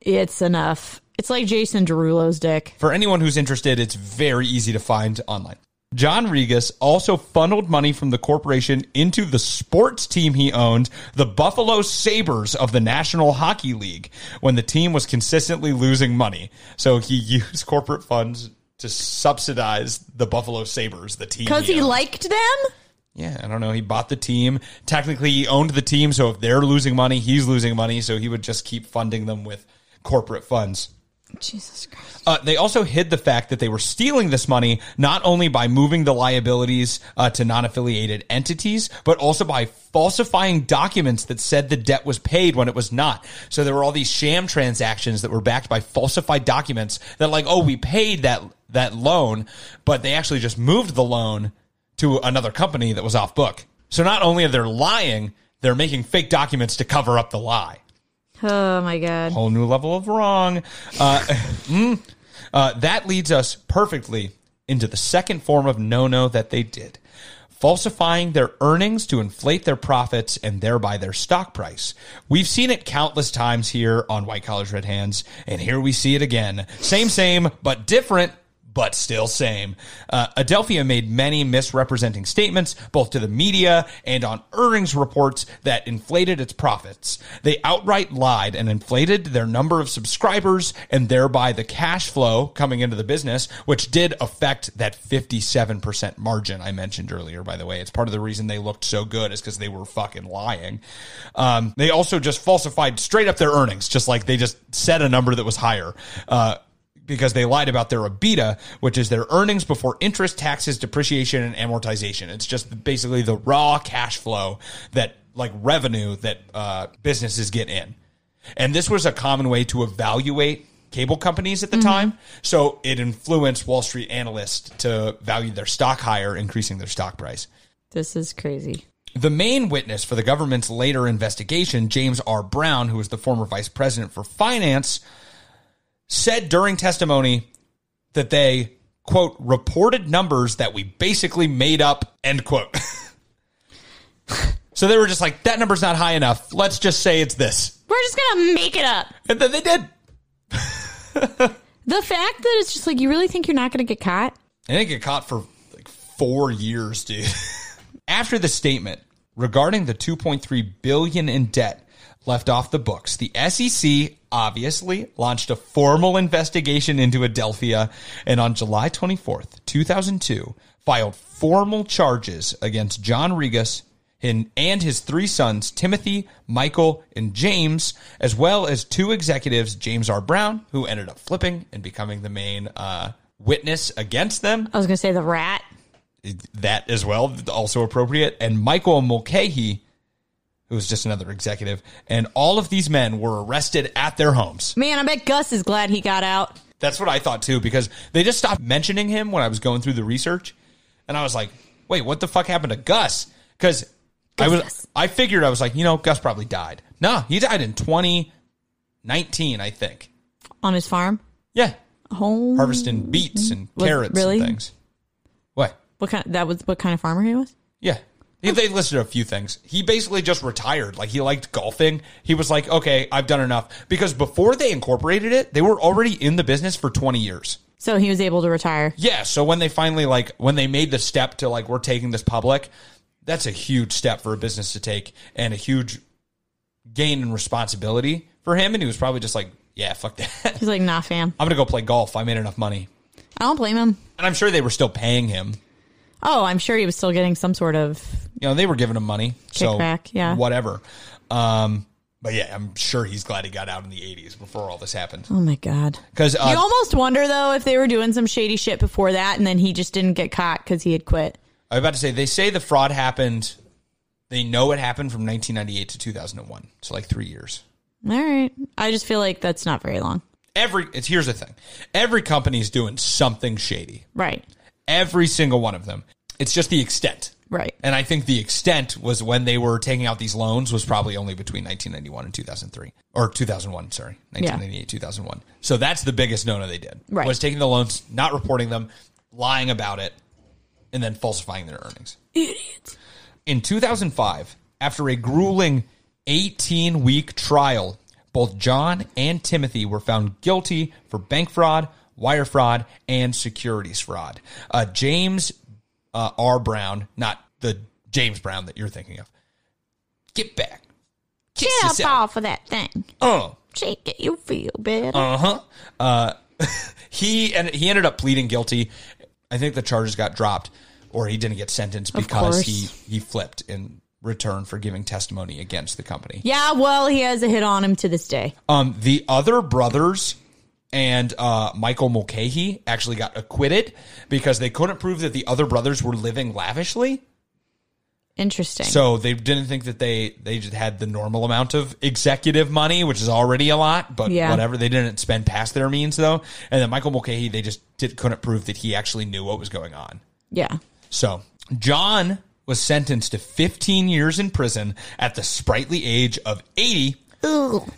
[SPEAKER 3] It's enough. It's like Jason Derulo's dick.
[SPEAKER 2] For anyone who's interested, it's very easy to find online. John Regas also funneled money from the corporation into the sports team he owned, the Buffalo Sabres of the National Hockey League, when the team was consistently losing money. So he (laughs) used corporate funds to subsidize the Buffalo Sabres, the team.
[SPEAKER 3] Because he
[SPEAKER 2] owned.
[SPEAKER 3] liked them?
[SPEAKER 2] Yeah, I don't know. He bought the team. Technically, he owned the team. So if they're losing money, he's losing money. So he would just keep funding them with corporate funds.
[SPEAKER 3] Jesus Christ.
[SPEAKER 2] Uh, they also hid the fact that they were stealing this money not only by moving the liabilities uh, to non affiliated entities, but also by falsifying documents that said the debt was paid when it was not. So there were all these sham transactions that were backed by falsified documents that, like, oh, we paid that that loan, but they actually just moved the loan to another company that was off book. So not only are they lying, they're making fake documents to cover up the lie
[SPEAKER 3] Oh my
[SPEAKER 2] (laughs)
[SPEAKER 3] God.
[SPEAKER 2] whole new level of wrong. Uh, mm. Uh, that leads us perfectly into the second form of no no that they did falsifying their earnings to inflate their profits and thereby their stock price. We've seen it countless times here on White Collars Red Hands, and here we see it again. Same, same, but different. But still, same. Uh, Adelphia made many misrepresenting statements, both to the media and on earnings reports that inflated its profits. They outright lied and inflated their number of subscribers and thereby the cash flow coming into the business, which did affect that 57% margin I mentioned earlier, by the way. It's part of the reason they looked so good is because they were fucking lying. Um, they also just falsified straight up their earnings, just like they just said a number that was higher. Uh, because they lied about their EBITDA, which is their earnings before interest, taxes, depreciation, and amortization. It's just basically the raw cash flow that, like revenue that uh, businesses get in. And this was a common way to evaluate cable companies at the time. So it influenced Wall Street analysts to value their stock higher, increasing their stock price.
[SPEAKER 3] This is crazy.
[SPEAKER 2] The main witness for the government's later investigation, James R. Brown, who was the former vice president for finance, said during testimony that they, quote, reported numbers that we basically made up, end quote. (laughs) so they were just like, that number's not high enough. Let's just say it's this.
[SPEAKER 3] We're just gonna make it up.
[SPEAKER 2] And then they did.
[SPEAKER 3] The fact that it's just like you really think you're not gonna get caught.
[SPEAKER 2] I didn't get caught for like four years, dude. (laughs) After the statement regarding the 2.3 billion in debt left off the books, the SEC obviously launched a formal investigation into Adelphia and on July 24th, 2002, filed formal charges against John Regas and, and his three sons, Timothy, Michael, and James, as well as two executives, James R. Brown, who ended up flipping and becoming the main uh, witness against them.
[SPEAKER 3] I was gonna say the rat.
[SPEAKER 2] That as well, also appropriate. And Michael Mulcahy, who was just another executive, and all of these men were arrested at their homes.
[SPEAKER 3] Man, I bet Gus is glad he got out.
[SPEAKER 2] That's what I thought too, because they just stopped mentioning him when I was going through the research, and I was like, "Wait, what the fuck happened to Gus?" Because I was,
[SPEAKER 3] Gus.
[SPEAKER 2] I figured I was like, you know, Gus probably died. Nah, he died in 2019, I think.
[SPEAKER 3] On his farm.
[SPEAKER 2] Yeah,
[SPEAKER 3] Home.
[SPEAKER 2] harvesting beets and
[SPEAKER 3] Mm-hmm. Was-
[SPEAKER 2] carrots
[SPEAKER 3] really?
[SPEAKER 2] and things. What?
[SPEAKER 3] What kind? that was what kind of farmer he was.
[SPEAKER 2] Yeah. They- They listed a few things. He basically just retired. Like he liked golfing. He was like, okay, I've done enough. Because before they incorporated it, they were already in the business for 20 years.
[SPEAKER 3] So he was able to retire.
[SPEAKER 2] Yeah. So when they finally, like, when they made the step to, like, we're taking this public, that's a huge step for a business to take and a huge gain in responsibility for him. And he was probably just like, yeah, fuck that. (laughs)
[SPEAKER 3] He's like, nah, fam.
[SPEAKER 2] I'm going to go play golf. I made enough money.
[SPEAKER 3] I don't blame him.
[SPEAKER 2] And I'm sure they were still paying him.
[SPEAKER 3] Oh, I'm sure he was still getting some sort of.
[SPEAKER 2] you know they were giving him money
[SPEAKER 3] Kickback,
[SPEAKER 2] so
[SPEAKER 3] yeah.
[SPEAKER 2] whatever um but yeah i'm sure he's glad he got out in the 80s before all this happened
[SPEAKER 3] Oh my god.
[SPEAKER 2] because uh,
[SPEAKER 3] you almost wonder though if they were doing some shady shit before that, and then he just didn't get caught because he had quit.
[SPEAKER 2] i was about to say they say the fraud happened they know it happened from 1998 to 2001 so like three years
[SPEAKER 3] All right. I just feel like that's not very long.
[SPEAKER 2] every it's here's the thing every company is doing something shady
[SPEAKER 3] Right.
[SPEAKER 2] every single one of them it's just the extent
[SPEAKER 3] Right.
[SPEAKER 2] and i think the extent was when they were taking out these loans was probably only between 1991 and 2003 or 2001 sorry 1998 2001 so that's the biggest no no they did
[SPEAKER 3] Right.
[SPEAKER 2] was taking the loans not reporting them lying about it and then falsifying their earnings in 2005, after a grueling 18 week trial, both John and Timothy were found guilty for bank fraud, wire fraud, and securities fraud. Uh, James uh, R. Brown, not the James Brown that you're thinking of. Get back. Kiss
[SPEAKER 3] Get up
[SPEAKER 2] yourself.
[SPEAKER 3] off of that thing.
[SPEAKER 2] Uh.
[SPEAKER 3] Shake it. You feel better.
[SPEAKER 2] Uh-huh. Uh He and he ended up pleading guilty. I think the charges got dropped, or he didn't get sentenced
[SPEAKER 3] Of
[SPEAKER 2] because
[SPEAKER 3] course.
[SPEAKER 2] he he flipped in return for giving testimony against the company.
[SPEAKER 3] yeah. Well, he has a hit on him to this day.
[SPEAKER 2] Um, the other brothers and uh, Michael Mulcahy actually got acquitted because they couldn't prove that the other brothers were living lavishly.
[SPEAKER 3] Interesting.
[SPEAKER 2] So they didn't think that they they just had the normal amount of executive money, which is already a lot, but
[SPEAKER 3] Yeah.
[SPEAKER 2] whatever. They didn't spend past their means though. And then Michael Mulcahy, they just did, couldn't prove that he actually knew what was going on.
[SPEAKER 3] yeah.
[SPEAKER 2] So John was sentenced to 15 years in prison at the sprightly age of 80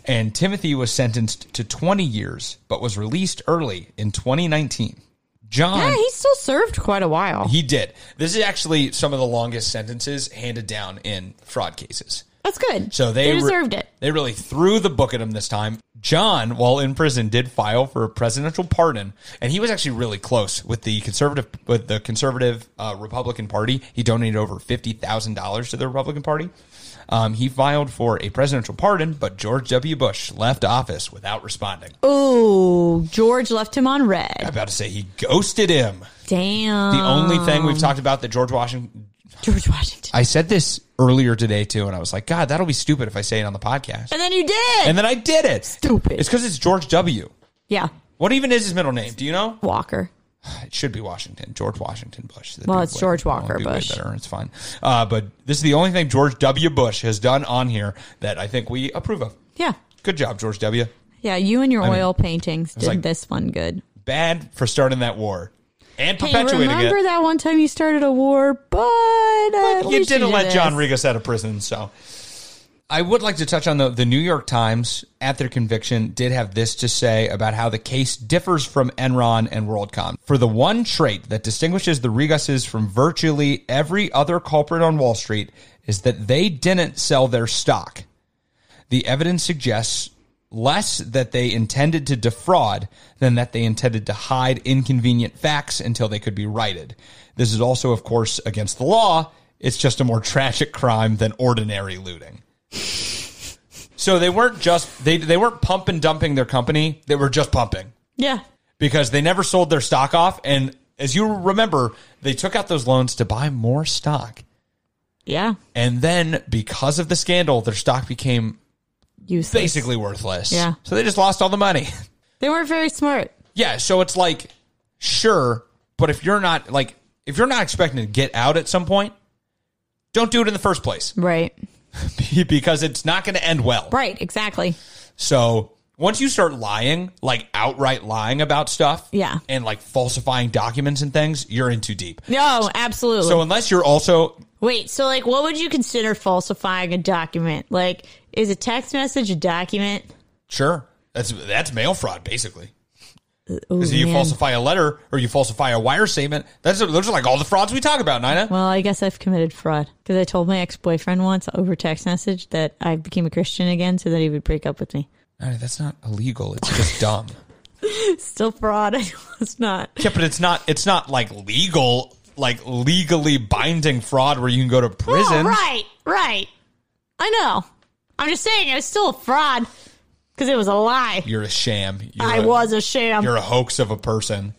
[SPEAKER 2] And Timothy was sentenced to 20 years, but was released early in 2019. John.
[SPEAKER 3] Yeah, he still served quite a while.
[SPEAKER 2] uh, He did. This is actually some of the longest sentences handed down in fraud cases.
[SPEAKER 3] That's good.
[SPEAKER 2] So they, re-
[SPEAKER 3] deserved it.
[SPEAKER 2] They really threw the book at him this time. John, while in prison, did file for a presidential pardon, and he was actually really close with the conservative with the conservative uh, Republican Party. He donated over fifty thousand dollars to the Republican Party. Um, he filed for a presidential pardon, but George W. Bush left office without responding.
[SPEAKER 3] Oh.
[SPEAKER 2] I'm
[SPEAKER 3] Ooh, George left him on red.
[SPEAKER 2] about to say he ghosted him.
[SPEAKER 3] Damn.
[SPEAKER 2] The only thing we've talked about that George Washington
[SPEAKER 3] George Washington.
[SPEAKER 2] I said this earlier today too, and I was like, God, that'll be stupid if I say it on the podcast.
[SPEAKER 3] and then you did.
[SPEAKER 2] And then I did it.
[SPEAKER 3] Stupid.
[SPEAKER 2] It's because it's George W.
[SPEAKER 3] yeah,
[SPEAKER 2] What even is his middle name? Do you know?
[SPEAKER 3] Walker.
[SPEAKER 2] It should be Washington. George Washington Bush. That'd
[SPEAKER 3] Well,
[SPEAKER 2] be
[SPEAKER 3] it's
[SPEAKER 2] way-
[SPEAKER 3] George
[SPEAKER 2] well,
[SPEAKER 3] Walker
[SPEAKER 2] it'd be way
[SPEAKER 3] Bush.
[SPEAKER 2] Better. It's fine. Uh, but this is the only thing George W. Bush has done on here that I think we approve of.
[SPEAKER 3] Yeah.
[SPEAKER 2] Good job, George W.
[SPEAKER 3] Yeah, you and your
[SPEAKER 2] mean,
[SPEAKER 3] oil paintings did
[SPEAKER 2] like-
[SPEAKER 3] this one good.
[SPEAKER 2] Bad for starting that war and
[SPEAKER 3] Hey,
[SPEAKER 2] perpetuating
[SPEAKER 3] remember
[SPEAKER 2] it.
[SPEAKER 3] that one time you started a war, but, uh, at
[SPEAKER 2] you
[SPEAKER 3] least
[SPEAKER 2] didn't
[SPEAKER 3] did
[SPEAKER 2] let John
[SPEAKER 3] this.
[SPEAKER 2] Regas out of prison, so. I would like to touch on the, the New York Times at their conviction did have this to say about how the case differs from Enron and WorldCom. For the one trait that distinguishes the Regases from virtually every other culprit on Wall Street is that they didn't sell their stock. The evidence suggests less that they intended to defraud than that they intended to hide inconvenient facts until they could be righted. This is also, of course, against the law. It's just a more tragic crime than ordinary looting. So they weren't just they they weren't pump and dumping their company. They were just pumping
[SPEAKER 3] Yeah.
[SPEAKER 2] because they never sold their stock off. And as you remember, they took out those loans to buy more stock.
[SPEAKER 3] Yeah.
[SPEAKER 2] And then because of the scandal, their stock became
[SPEAKER 3] Useless.
[SPEAKER 2] basically worthless.
[SPEAKER 3] Yeah.
[SPEAKER 2] So they just lost all the money. (laughs)
[SPEAKER 3] They weren't very smart.
[SPEAKER 2] yeah. So it's like, sure, but if you're not like if you're not expecting to get out at some point, don't do it in the first place (laughs)
[SPEAKER 3] Right.
[SPEAKER 2] because it's not going to end well.
[SPEAKER 3] Right, exactly.
[SPEAKER 2] So once you start lying, like outright lying about stuff,
[SPEAKER 3] Yeah.
[SPEAKER 2] and like falsifying documents and things, you're in too deep.
[SPEAKER 3] No, absolutely.
[SPEAKER 2] So unless you're also
[SPEAKER 3] Wait, so like what would you consider falsifying a document? Like is a text message a document?
[SPEAKER 2] sure, that's that's mail fraud basically. Because you
[SPEAKER 3] man.
[SPEAKER 2] falsify a letter or you falsify a wire statement. That's those are like all the frauds we talk about, Nina.
[SPEAKER 3] Well, I guess I've committed fraud because I told my ex-boyfriend once over text message that I became a Christian again so that he would break up with me.
[SPEAKER 2] Nina, that's not illegal. It's just (laughs) dumb.
[SPEAKER 3] Still fraud. (laughs) it's not.
[SPEAKER 2] yeah, but it's not. It's not like legal, like legally binding fraud where you can go to prison.
[SPEAKER 3] Oh, right, right. I know. I'm just saying it was still a fraud because it was a lie.
[SPEAKER 2] You're a sham. You're
[SPEAKER 3] I
[SPEAKER 2] a-
[SPEAKER 3] was a sham.
[SPEAKER 2] You're a hoax of a person.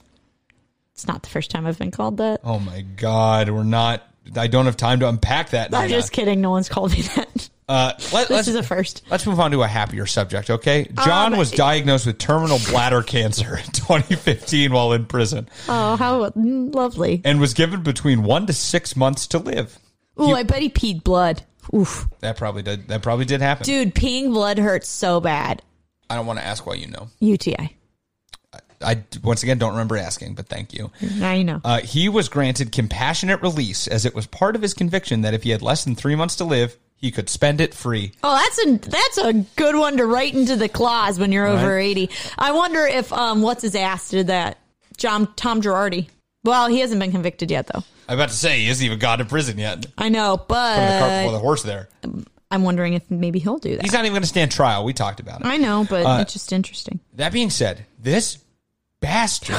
[SPEAKER 3] it's not the first time I've been called that.
[SPEAKER 2] Oh my God, we're not. I don't have time to unpack that.
[SPEAKER 3] I'm
[SPEAKER 2] Nina.
[SPEAKER 3] just kidding. No one's called me that. (laughs)
[SPEAKER 2] Uh, let,
[SPEAKER 3] this
[SPEAKER 2] let's
[SPEAKER 3] is a first.
[SPEAKER 2] let's move on to a happier subject, okay? John
[SPEAKER 3] Um,
[SPEAKER 2] was diagnosed with terminal bladder cancer in (laughs) 2015 while in prison,
[SPEAKER 3] Oh, how mm, lovely.
[SPEAKER 2] and was given between one to six months to live.
[SPEAKER 3] Ooh, I bet he peed blood. Oof.
[SPEAKER 2] That probably did. That probably did happen.
[SPEAKER 3] Dude, peeing blood hurts so bad.
[SPEAKER 2] I don't want to ask why you know.
[SPEAKER 3] UTI.
[SPEAKER 2] I once again don't remember asking, but thank you.
[SPEAKER 3] Now you know.
[SPEAKER 2] Uh, he was granted compassionate release as it was part of his conviction that if he had less than three months to live, he could spend it free.
[SPEAKER 3] oh, that's a that's a good one to write into the clause when you're over
[SPEAKER 2] Right.
[SPEAKER 3] eighty. I wonder if um what's his ass did that. John Tom Girardi. Well, he hasn't been convicted yet though.
[SPEAKER 2] I'm about to say he hasn't even gone to prison yet.
[SPEAKER 3] I know,
[SPEAKER 2] Putting the cart
[SPEAKER 3] but
[SPEAKER 2] before the horse there.
[SPEAKER 3] I'm wondering if maybe he'll do that.
[SPEAKER 2] He's not even going to stand trial. We talked about it.
[SPEAKER 3] I know, but
[SPEAKER 2] Uh,
[SPEAKER 3] it's just interesting.
[SPEAKER 2] That being said, this
[SPEAKER 3] (gasps)
[SPEAKER 2] bastard,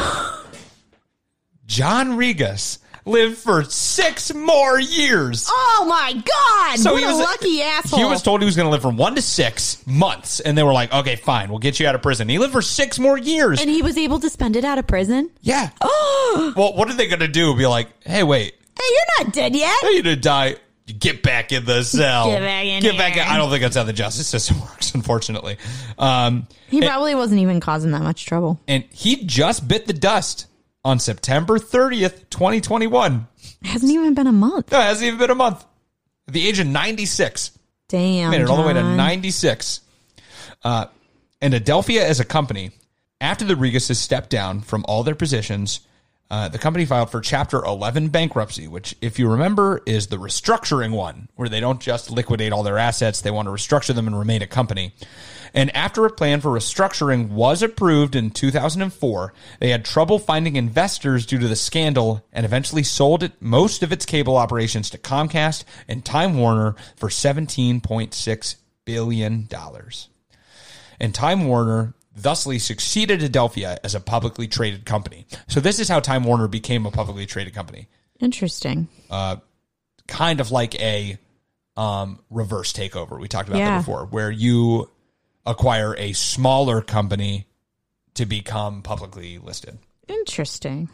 [SPEAKER 2] John Regas, lived for six more years.
[SPEAKER 3] Oh my god! what a lucky asshole.
[SPEAKER 2] He was told he was going to live from one to six months, and they were like, "Okay, fine, we'll get you out of prison." He lived for six more years.
[SPEAKER 3] and Oh. he was able to spend it out of prison. (gasps)
[SPEAKER 2] yeah. well, what are they going to do? Be like, "Hey, wait,
[SPEAKER 3] Hey, you're not dead yet.
[SPEAKER 2] are you going to die?" You Get back in the cell.
[SPEAKER 3] Get back in
[SPEAKER 2] Get back
[SPEAKER 3] here.
[SPEAKER 2] I don't think that's how the justice system (laughs) works, unfortunately. Um,
[SPEAKER 3] He probably wasn't even causing that much trouble.
[SPEAKER 2] and he just bit the dust on September 30th, 2021.
[SPEAKER 3] It hasn't even been a month.
[SPEAKER 2] No, it hasn't even been a month. At the age of 96.
[SPEAKER 3] Damn.
[SPEAKER 2] Made it all the way to
[SPEAKER 3] John.
[SPEAKER 2] 96. Uh, and Adelphia as a company, after the Regases stepped down from all their positions, Uh, the company filed for Chapter 11 bankruptcy, which, if you remember, is the restructuring one, where they don't just liquidate all their assets, they want to restructure them and remain a company. And after a plan for restructuring was approved in 2004, they had trouble finding investors due to the scandal and eventually sold it, most of its cable operations to Comcast and Time Warner for $17.6 billion and Time Warner thusly succeeded Adelphia as a publicly traded company. So this is how Time Warner became a publicly traded company,
[SPEAKER 3] Interesting.
[SPEAKER 2] kind of like a um, reverse takeover. We talked about that
[SPEAKER 3] Yeah.
[SPEAKER 2] before, where you acquire a smaller company to become publicly listed.
[SPEAKER 3] Interesting.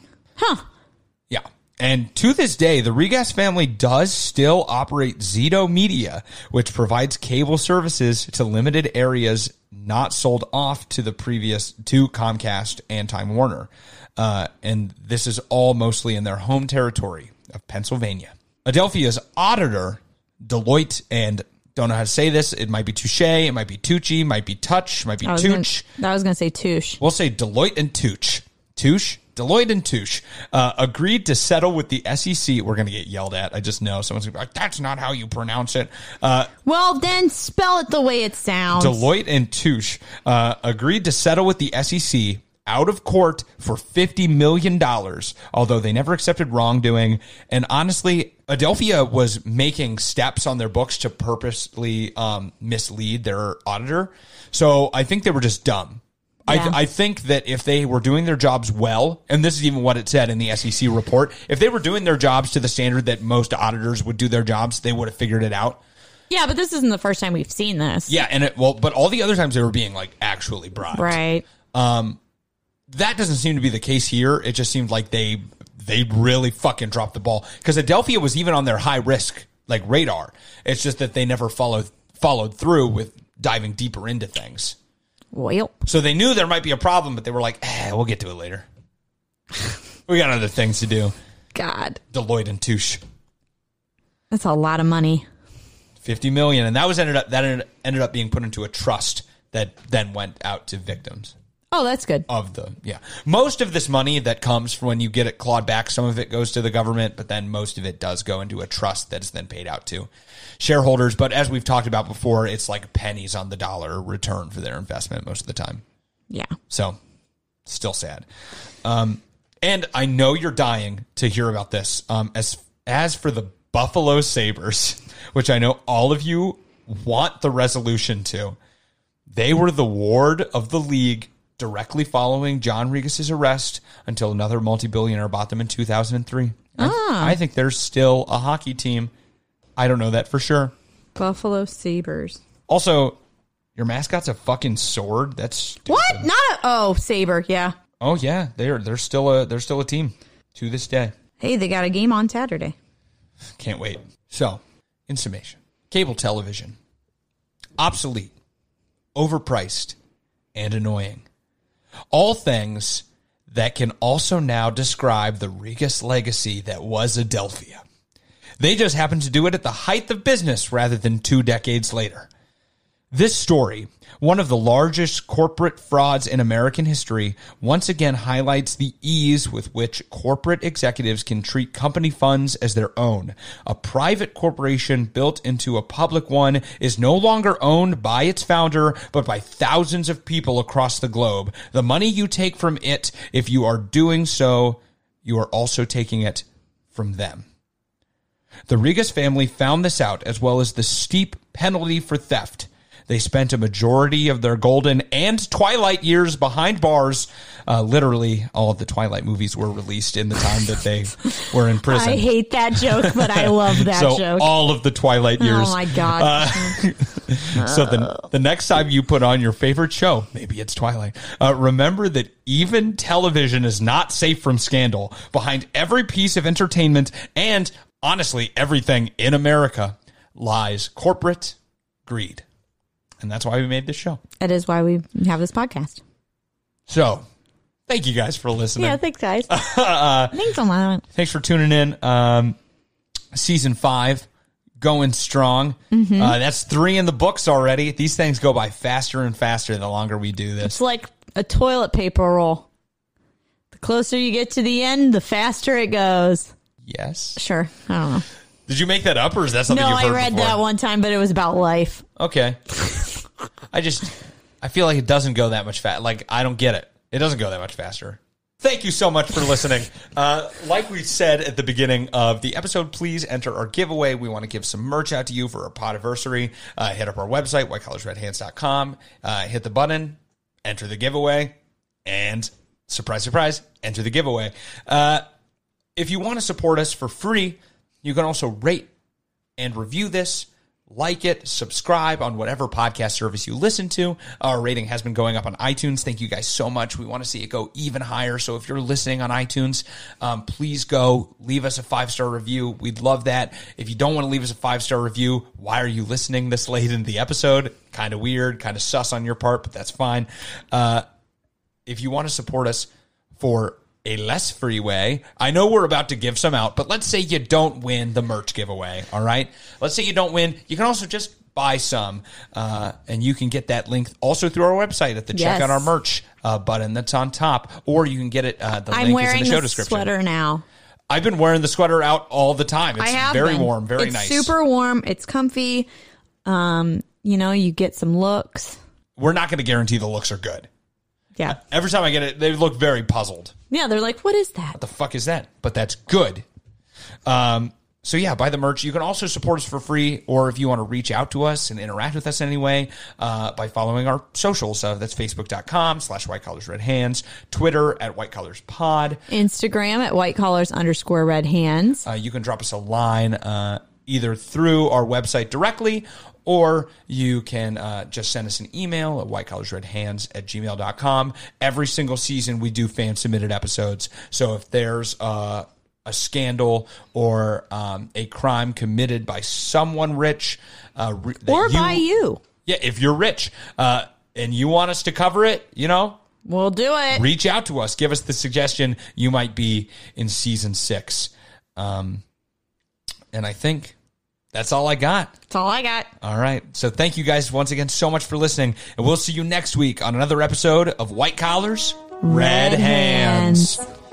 [SPEAKER 2] Yeah. And to this day, the Regas family does still operate Zito Media, which provides cable services to limited areas not sold off to the previous to Comcast and Time Warner. Uh, and this is all mostly in their home territory of Pennsylvania. Adelphia's auditor, Deloitte, and don't know how to say this. It might be Touche, it might be Tucci, might be Touch, might be
[SPEAKER 3] I was
[SPEAKER 2] Tooch.
[SPEAKER 3] gonna, I was gonna say touche.
[SPEAKER 2] We'll say Deloitte and Touche. Touche? Deloitte and Touche uh, agreed to settle with the SEC. We're going to get yelled at. I just know. Someone's going to be like, that's not how you pronounce it. Uh,
[SPEAKER 3] Well, then spell it the way it sounds.
[SPEAKER 2] Deloitte and Touche uh, agreed to settle with the SEC out of court for $50 million, although they never accepted wrongdoing. And honestly, Adelphia was making steps on their books to purposely um, mislead their auditor. So I think they were just dumb.
[SPEAKER 3] Yeah.
[SPEAKER 2] I, I think that if they were doing their jobs well, and this is even what it said in the SEC report, if they were doing their jobs to the standard that most auditors would do their jobs, they would have figured it out.
[SPEAKER 3] yeah, but this isn't the first time we've seen this.
[SPEAKER 2] Yeah, and it, well, but all the other times they were being like actually bribed. Um,
[SPEAKER 3] Right.
[SPEAKER 2] That doesn't seem to be the case here. It just seemed like they they really fucking dropped the ball because Adelphia was even on their high risk like radar. It's just that they never followed followed through with diving deeper into things.
[SPEAKER 3] Well,
[SPEAKER 2] So they knew there might be a problem, but they were like, eh, we'll get to it later. (laughs) we got other things to do.
[SPEAKER 3] God,
[SPEAKER 2] Deloitte and Touche.
[SPEAKER 3] that's a lot of money.
[SPEAKER 2] 50 million and that was ended up that ended- ended up being put into a trust that then went out to victims.
[SPEAKER 3] Oh, that's good.
[SPEAKER 2] of the yeah most of this money that comes from when you get it clawed back some of it goes to the government but then most of it does go into a trust that is then paid out to shareholders but as we've talked about before it's like pennies on the dollar return for their investment most of the time
[SPEAKER 3] Yeah.
[SPEAKER 2] so still sad um, and i know you're dying to hear about this um, as as for the buffalo sabres (laughs) which i know all of you want the resolution to they were the ward of the league directly following John Regas's arrest until another multi-billionaire bought them in 2003. I, I think they're still a hockey team. I don't know that for sure.
[SPEAKER 3] Buffalo Sabers.
[SPEAKER 2] Also, your mascot's a fucking sword. That's stupid.
[SPEAKER 3] What? Not a oh saber. Yeah.
[SPEAKER 2] Oh yeah, they're they're still a they're still a team to this day.
[SPEAKER 3] Hey, they got a game on Saturday.
[SPEAKER 2] Can't wait. So, in summation, cable television, obsolete, overpriced, and annoying. All things that can also now describe the Regus legacy that was Adelphia. They just happened to do it at the height of business rather than two decades later. This story, one of the largest corporate frauds in American history, once again highlights the ease with which corporate executives can treat company funds as their own. A private corporation built into a public one is no longer owned by its founder, but by thousands of people across the globe. The money you take from it, if you are doing so, you are also taking it from them. The Regas family found this out, as well as the steep penalty for theft. They spent a majority of their golden and twilight years behind bars. Uh, literally, all of the Twilight movies were released in the time that they were in prison.
[SPEAKER 3] (laughs) I hate that joke, but I love
[SPEAKER 2] (laughs)
[SPEAKER 3] that
[SPEAKER 2] so uh,
[SPEAKER 3] joke.
[SPEAKER 2] all of the Twilight years. Uh,
[SPEAKER 3] oh my god.
[SPEAKER 2] (laughs) So the, the next time you put on your favorite show, maybe it's Twilight, uh, remember that even television is not safe from scandal. Behind every piece of entertainment and honestly, everything in America lies corporate greed. And that's why we made this show.
[SPEAKER 3] that is why we have this podcast.
[SPEAKER 2] So thank you guys for listening.
[SPEAKER 3] Yeah,
[SPEAKER 2] (laughs)
[SPEAKER 3] thanks guys.
[SPEAKER 2] Uh,
[SPEAKER 3] thanks a lot.
[SPEAKER 2] Thanks for tuning in. Um, season five going strong.
[SPEAKER 3] Mm-hmm.
[SPEAKER 2] Uh, that's three in the books already. These things go by faster and faster the longer we do this.
[SPEAKER 3] It's like a toilet paper roll. The Closer you get to the end, the faster it goes.
[SPEAKER 2] Yes.
[SPEAKER 3] Sure. I don't know.
[SPEAKER 2] Did you make that up, or is that something
[SPEAKER 3] no,
[SPEAKER 2] you've heard
[SPEAKER 3] I read
[SPEAKER 2] before?
[SPEAKER 3] that one time, but it was about life.
[SPEAKER 2] Okay. I just I feel like it doesn't go that much fast. Like I don't get it. It doesn't go that much faster. Thank you so much for listening. Uh, like we said at the beginning of the episode, please enter our giveaway. We want to give some merch out to you for our podiversary. Uh, hit up our website, whitecollarsredhands.com. Uh, hit the button, enter the giveaway, and surprise, surprise, enter the giveaway. Uh, if you want to support us for free, you can also rate and review this. Like it, subscribe on whatever podcast service you listen to. Our rating has been going up on iTunes. Thank you guys so much. We want to see it go even higher. So if you're listening on iTunes, um, please go leave us a five star review. We'd love that. If you don't want to leave us a five star review, why are you listening this late into the episode? Kind of weird, kind of sus on your part, but that's fine. Uh, if you want to support us for a less free way, I know we're about to give some out, but let's say you don't win the merch giveaway. All right. Let's say you don't win. You can also just buy some, uh, and you can get that link also through our website at the
[SPEAKER 3] Yes.
[SPEAKER 2] check out our merch uh, button that's on top, or you can get it. Uh, the
[SPEAKER 3] I'm
[SPEAKER 2] link is in
[SPEAKER 3] wearing
[SPEAKER 2] the show
[SPEAKER 3] this
[SPEAKER 2] description.
[SPEAKER 3] sweater now.
[SPEAKER 2] I've been wearing the sweater out all the time. It's
[SPEAKER 3] I have
[SPEAKER 2] very
[SPEAKER 3] been.
[SPEAKER 2] warm, very
[SPEAKER 3] It's
[SPEAKER 2] nice.
[SPEAKER 3] Super warm. It's comfy. Um, you know, you get some looks.
[SPEAKER 2] we're not going to guarantee the looks are good.
[SPEAKER 3] Yeah,
[SPEAKER 2] (laughs) Every time I get it, they look very puzzled.
[SPEAKER 3] yeah. They're like, what is that?
[SPEAKER 2] the fuck is that? But that's good. Um, so yeah, buy the merch. You can also support us for free, or if you want to reach out to us and interact with us in any way, uh, by following our socials. Uh, that's facebook.com slash white collars red hands, Twitter at white collars pod.
[SPEAKER 3] Instagram at white collars underscore red hands.
[SPEAKER 2] Uh, you can drop us a line, uh, either through our website directly, or you can uh, just send us an email at whitecollarsredhands at gmail.com. Every single season, we do fan submitted episodes. So if there's uh, a scandal or um, a crime committed by someone rich, uh, re- that
[SPEAKER 3] or by you.
[SPEAKER 2] Yeah, if you're rich uh, and you want us to cover it, you know,
[SPEAKER 3] We'll do it.
[SPEAKER 2] reach out to us. Give us the suggestion you might be in season six. Um, and I think that's all I got.
[SPEAKER 3] That's all I got.
[SPEAKER 2] All right. So thank you guys once again so much for listening. And we'll see you next week on another episode of White Collars, Red,
[SPEAKER 3] Red
[SPEAKER 2] hands.
[SPEAKER 3] Hands.